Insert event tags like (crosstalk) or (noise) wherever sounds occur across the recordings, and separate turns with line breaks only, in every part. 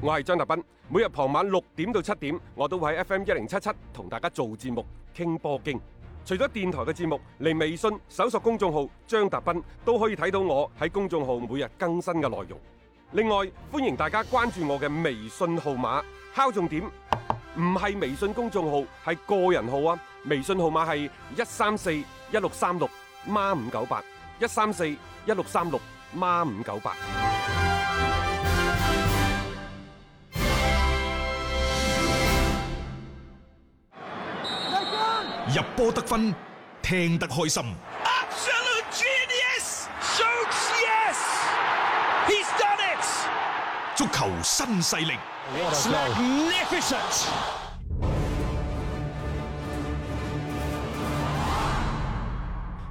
我係張達斌，每日傍晚六點到七點，我都會喺 FM 一零七七同大家做節目傾波經。除咗電台嘅節目，嚟微信搜索公眾號張達斌都可以睇到我喺公眾號每日更新嘅內容。另外，歡迎大家關注我嘅微信號碼，敲重點，唔係微信公眾號，係個人號啊！微信號碼係一三四一六三六孖五九八，一三四一六三六孖五九八。
入波得分，聽得開心。
Absolute genius! Schultz, yes! He's done it!
足球新勢力，
It's magnificent!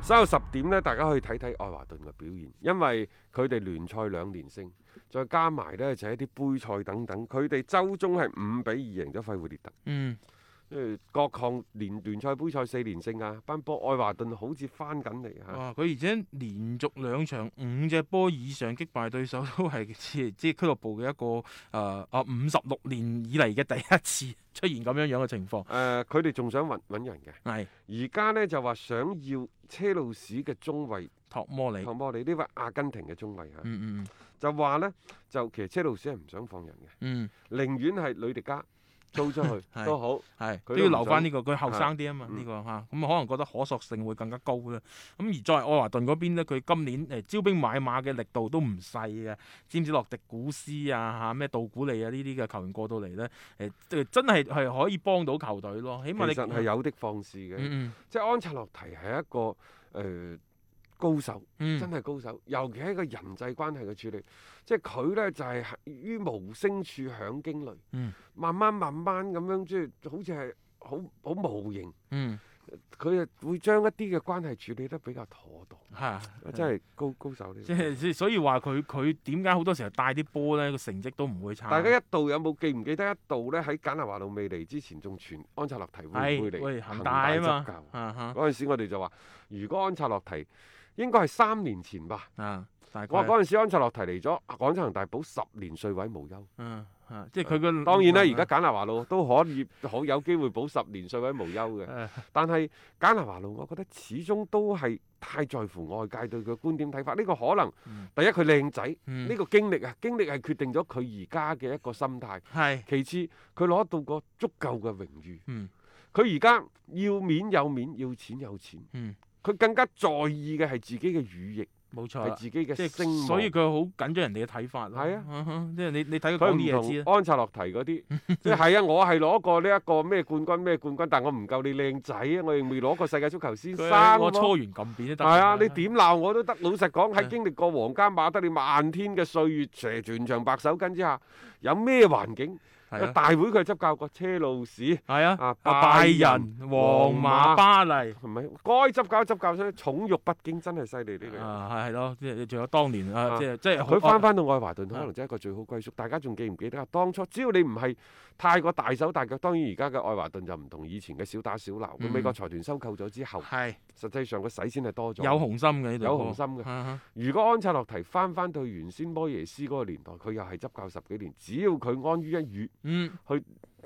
稍後十點呢，大家可以睇睇愛華頓嘅表現，因為佢哋聯賽兩連勝，再加埋呢就係一啲杯賽等等，佢哋周中係五比二贏咗費活列特。
嗯，
即係各項連聯賽杯賽四連勝啊！班波愛華頓好似翻緊嚟啊嚇，
哇！啊佢而且連續兩場五隻波以上擊敗對手，都係 (laughs) 即係即係俱樂部嘅一個誒啊五十六年以嚟嘅第一次出現咁樣樣嘅情況。
誒佢哋仲想揾揾人嘅，
係
而家呢就話想要車路士嘅中衞
托摩里，
唐摩利呢位阿根廷嘅中衞嚇，
嗯嗯
就話呢，就其實車路士係唔想放人嘅，
嗯，
寧願係呂迪加租出去
(laughs) 係
都好。
係
佢都
都要
唔
留
想
翻呢個，佢後生啲啊嘛，
嗯
呢個嚇咁可能覺得可塑性會更加高啦。咁而作為愛華頓嗰邊咧，佢今年誒招兵買馬嘅力度都唔細嘅，詹姆斯洛迪古斯啊嚇咩杜古利啊呢啲嘅球員過到嚟咧，誒誒真係係可以幫到球隊咯。起
其
碼你
實係有的放肆嘅，
嗯
即係安察洛提係一個誒、呃高手，
嗯
真
嗯
係高手，尤其係一個人際關係嘅處理，即係佢呢就係、於無聲處響驚雷，
嗯
慢慢慢慢咁樣即係好似係好好無形，
嗯
佢就會將一啲嘅關係處理得比較妥當，
係啊
真係高高手呢個
即。係所以話佢佢點解好多時候帶啲波咧個成績都唔會差。
大家一度有冇記唔記得一度呢？喺簡拿華路未嚟之前，仲傳安察洛提會唔會
係
嚟
喂恒
恒
大
大
啊
執
嘛
教，？
啊哈
嗰陣時我哋就話，如果安察洛提應該係三年前吧。
啊大概
我話嗰陣時安察洛提嚟咗廣州恒大保十年稅位無憂。
嗯啊即係佢個
當然啦，而家簡拿華路都可以好有機會保十年稅位無憂
(laughs)
嘅。
誒
但係簡拿華路，我覺得始終都係太在乎外界對佢觀點睇法。呢、個可能
嗯
第一佢靚仔，呢、
嗯
個經歷啊，經歷係決定咗佢而家嘅一個心態。
係
其次，佢攞到個足夠嘅榮譽。
嗯
佢而家要面有面，要錢有錢。
嗯
佢更加在意嘅係自己嘅羽翼，
冇錯
係
啦。
自己嘅
啊即
聲
係
望。
所以佢好緊張人哋嘅睇法咯。
係啊
嗯哼，即係你你睇
佢
佢講
唔
啲嘢知啦。啊
同安察洛提
(laughs)
嗰啲，即係係啊！我係攞過呢一個咩冠軍咩冠軍，但我唔夠你靚仔啊！我亦未攞過世界足球先生
佢我
喎。
搓完撳扁都得㗎。
係啊！你點鬧我都得。老實講，喺
係
經歷過皇家馬德里漫天嘅歲月，成全場白手巾之下，有咩環境？
係啊？
大會佢係執教過車路士，
係啊，
啊
啊
拜
拜
仁
仁、皇
皇馬
馬、巴黎。
係咪？該執教執教，所以寵辱不驚，真係犀利呢個人。
啊，係係咯，即係仲有當年啊，即係即係
佢翻
翻
翻到愛華
啊
頓，可能真係一個最好歸宿。大家仲記唔記得啊？當初只要你唔係太過大手大腳，當然而家嘅愛華頓就唔同以前嘅小打小鬧。佢
嗯
美國財團收購咗之後，
係
實際上個使錢係多咗。
有雄心嘅呢度，啊
有雄心嘅
嘅。
如果安察洛提翻翻到原先摩耶斯嗰個年代，佢又係執教十幾年，只要佢安於一隅，
嗯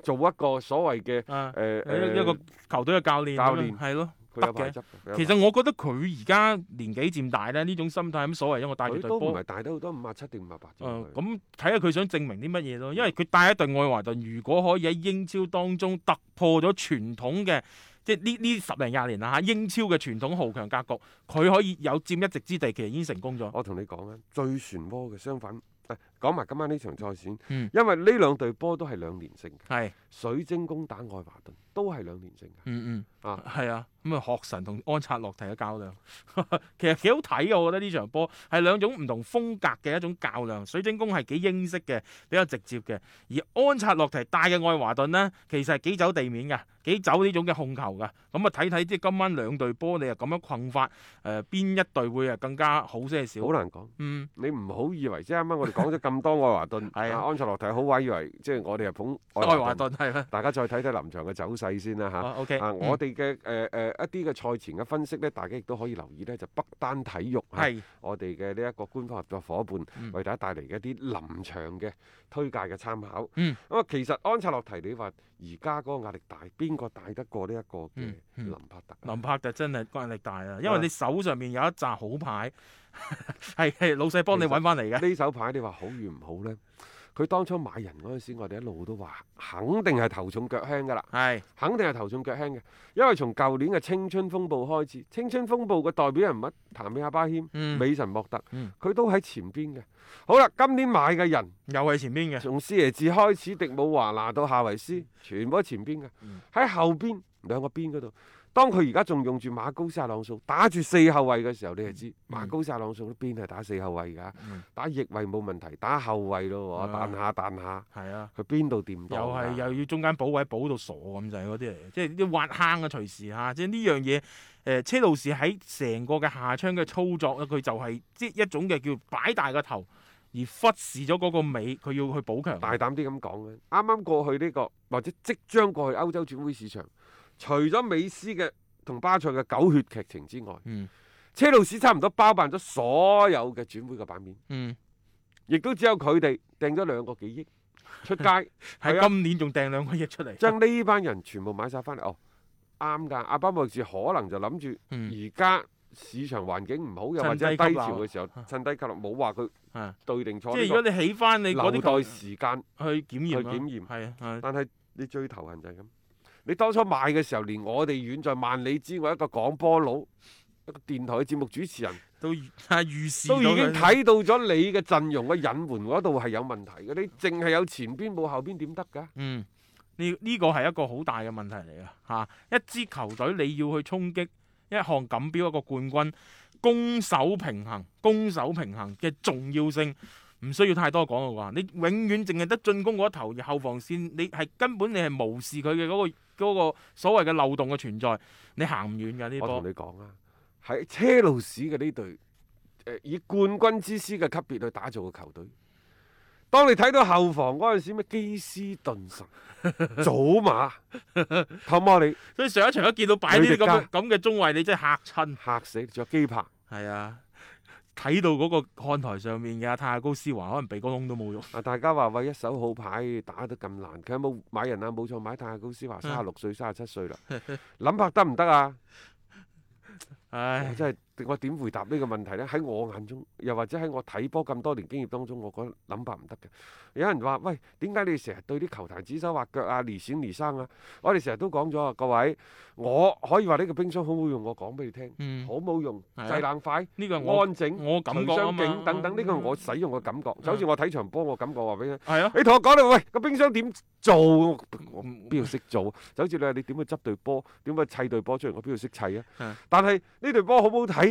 做一個所謂嘅
啊，
誒誒
一一個球隊嘅教練咁樣，
教練
係咯。
佢有排
得嘅
執嘅。
其
實
實我覺得佢而家年紀漸大咧，呢種心態咁所謂，因為我帶住
佢
隊
都唔
波嗯
係。大得好多，五啊七定五啊八啫嘛。佢
誒
嗯
咁睇下佢想證明啲乜嘢咯，因為佢帶一隊愛華頓，如果可以喺英超當中突破咗傳統嘅，即係呢呢十零廿年啦嚇，英超嘅傳統豪強格局，佢可以有佔一席之地，其實已經成功咗。
我同你講啊，最漩渦嘅相反，誒講埋今晚呢場賽事，
嗯
因為呢兩隊波都係兩連勝嘅，
係，
水晶宮打愛華頓都係兩連勝嘅。
嗯嗯，
啊
係啊，咁啊，學神同安察洛提嘅較量， (laughs) 其實幾好睇嘅，我覺得呢場波係兩種唔同風格嘅一種較量。水晶宮係幾英式嘅，比較直接嘅，而安察洛提帶嘅愛華頓呢，其實係幾走地面㗎，幾走呢種嘅控球㗎。咁啊，睇睇即係今晚兩隊波，你又咁樣困法，誒、呃邊一隊會啊更加好些少
好？難講，
嗯，
你唔好以為即係啱啱我哋講咗咁多愛華頓，
(laughs) 係啊
安塞洛提好位，以為即係我哋係捧
愛
愛
華
華頓。
頓係咩？
大家再睇睇臨場嘅走勢先啦嚇。
哦，OK，
啊，
嗯
我哋嘅誒誒一啲嘅賽前嘅分析呢，大家亦都可以留意呢，就北單體育啊
係
我哋嘅呢一個官方合作伙伴，
嗯
為大家帶嚟嘅一啲臨場嘅推介嘅參考。
嗯
咁啊，其實安察洛提你話而家嗰個壓力大，邊個大得過呢一個嘅
嗯嗯
林柏特啊？
林柏特真係壓力大啊，因為
啊
你手上面有一紮好牌， (laughs) 係係老細幫你揾翻嚟嘅。
呢手牌你話好與唔好呢？佢當初買人嗰陣時，我哋一路都話肯定係頭重腳輕噶啦，
係
肯定係頭重腳輕嘅，因為從舊年嘅青春風暴開始，青春風暴嘅代表人物譚美亞巴謙、
嗯
美神莫特，佢、
嗯
都喺前邊嘅。好啦，今年買嘅人
又係前邊
(laughs)
嘅，
從斯耶治開始，迪姆華拿到夏維斯，全部喺前邊嘅，喺、
嗯
後邊兩個邊嗰度。當佢而家仲用住馬高沙朗素打住四後衞嘅時候，你就知、馬高沙朗素邊係打四後衞㗎，
嗯
打翼衞冇問題，打後衞咯喎，
啊
彈下彈下，
係啊，
佢邊度掂
又
到㗎？
係又要中間補位補到傻咁滯嗰啲嚟，即係啲挖坑嘅隨時嚇，即係呢樣嘢。誒、車路士喺成個嘅下窗嘅操作咧，佢就係即係一種嘅叫擺大個頭，而忽視咗嗰個尾，佢要去補強。
大膽啲咁講咧，啱啱過去呢、個或者即將過去歐洲轉會市場，除咗美斯嘅同巴塞嘅狗血劇情之外，
嗯
車路士差唔多包辦咗所有嘅轉會嘅版面，
嗯，
亦都只有佢哋掟咗兩個幾億出
(laughs)
街，係
喺
啊
今年仲掟兩個億出嚟。
將呢班人全部買晒翻嚟。哦，啱㗎，阿巴莫治可能就諗住
嗯，
而家市場環境唔好，又
趁
或者
低
低
吸
潮
納
嘅時候趁低吸落，冇話佢
係
對定錯
啊即係
呢
如果你起翻你
個
嗰
留
啲
待
球
時間。
去檢驗
去
咯
檢驗
係啊，係啊
但係你最頭痕就係咁，你當初買嘅時候，連我哋遠在萬里之外一個廣波佬，一個電台嘅節目主持人，
都預 (laughs) 係預示
都已
到
經
佢
睇到咗你嘅陣容嘅隱瞞嗰度係有問題嘅，你淨係有前邊冇後邊點得㗎？
嗯，呢呢個係一個好大嘅問題嚟噶嚇。一支球隊你要去衝擊一項錦標一個冠軍，攻守平衡、攻守平衡嘅重要性。唔需要太多講嘅話，你永遠淨係得進攻嗰一頭，而後防線你係根本你係無視佢嘅嗰個嗰、個所謂嘅漏洞嘅存在，你行唔遠㗎呢
我
波
同。你講啊，喺車路士嘅呢隊誒以冠軍之師嘅級別去打造嘅球隊。當你睇到後防嗰陣時，咩基斯頓神、祖馬、湯摩利
所以上一場一見到擺呢啲
呂
咁嘅
迪
咁嘅中衞，你真係嚇親。
嚇死你，仲有基柏。
係啊，睇到嗰個看台上面嘅泰亞高斯華，可能鼻哥窿都冇用。
啊！大家話喂，一手好牌打得咁難，佢有冇買人啊？冇錯，買泰亞高斯華三十六歲、三十七歲啦，諗白得唔得啊？我
唉，
真係我點回答呢個問題呢？喺我眼中，又或者喺我睇波咁多年經驗當中，我覺得諗白唔得嘅。有人話喂，點解你哋成日對啲球壇指手畫腳啊、離閃離生啊？我哋成日都講咗啊，各位，我可以話呢個冰箱好冇用，我講俾你聽，
嗯
好，冇用，
係啊
製冷快、
呢個我
安靜、
我感覺
隨
啊
相
嘛嗯
景等等，呢個我使用嘅感覺，就好似我睇場波，我感覺話俾你聽。
係啊，
你同我講你喂個冰箱點做？我我
嗯
邊度識做啊？就好似你話你點去執隊波，點去砌隊波出嚟，我邊度識砌
係
啊？但係呢隊波好唔好睇？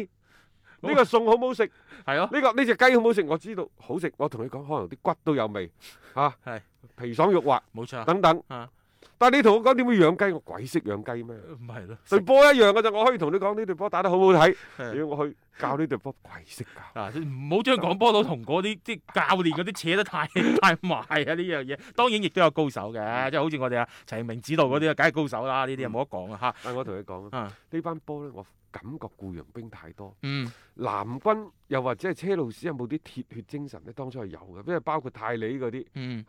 好
呢個餸好唔好食？呢、
係咯，
個呢只雞好唔好食？我知道好食，我同你講，可能啲骨都有味嚇，啊
係
皮爽肉滑
冇錯，
等等。
啊
但係你同我講點會養雞？我鬼識養雞咩？
唔係咯，
對波一樣嘅咋，我可以同你講呢隊波打得好唔好睇。
係
你要我去教呢隊波，鬼識教。
嗱，唔好將廣波佬同嗰啲即係教練嗰啲扯得太 (laughs) 太埋啊！呢樣嘢當然亦都有高手
嗯
嘅，即係好似我哋啊陳明指導嗰啲啊，梗係高手啦，呢啲啊冇得講啊嚇。
但係我同你講啊
啊，
呢班波呢，我感覺僱傭兵太多。
嗯，
南軍又或者係車路士有冇啲鐵血精神呢？當初係有嘅，因為包括泰里嗰啲、
嗯，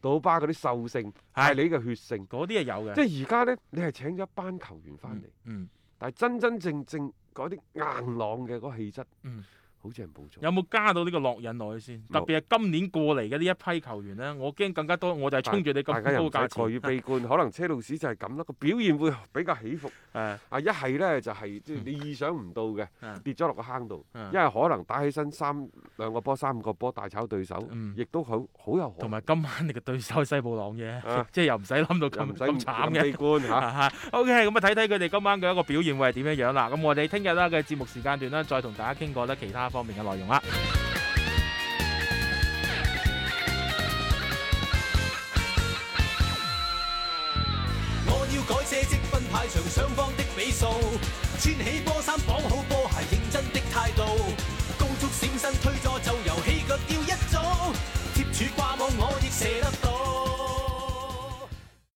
杜巴嗰啲獸性、泰
係
里嘅血性，
嗰啲係有嘅。
即係而家呢，你係請咗一班球員翻嚟，
嗯，
但係真真正正嗰啲硬朗嘅嗰個氣質，
嗯
好似係冇咗。
有冇加到呢個烙印落去先？特
冇
別係今年過嚟嘅呢一批球員咧，我驚更加多，我就係衝住你
大家又
咁
唔
高價
使
錢
過於悲
(laughs)
觀，可能車路士就係咁啦，個表現會比較起伏。
誒
啊，一係呢，就係即係你意想唔到嘅
嗯
跌咗落個坑度，
嗯
因為可能打起身三兩個波、三個波大炒對手
嗯，
亦都好好有可能。
同埋今晚你嘅對手係西布朗嘅，
啊
(laughs) 即係又唔使諗到
又唔 (laughs)
咁
使
咁慘嘅
悲。觀嚇。
O K，咁啊睇睇佢哋今晚嘅一個表現會係點樣樣啦。咁我哋聽日啦嘅節目時間段啦，再同大家傾過咧其他方面嘅內容啦。
我要改寫積分牌場上方的比數，穿起波衫綁好波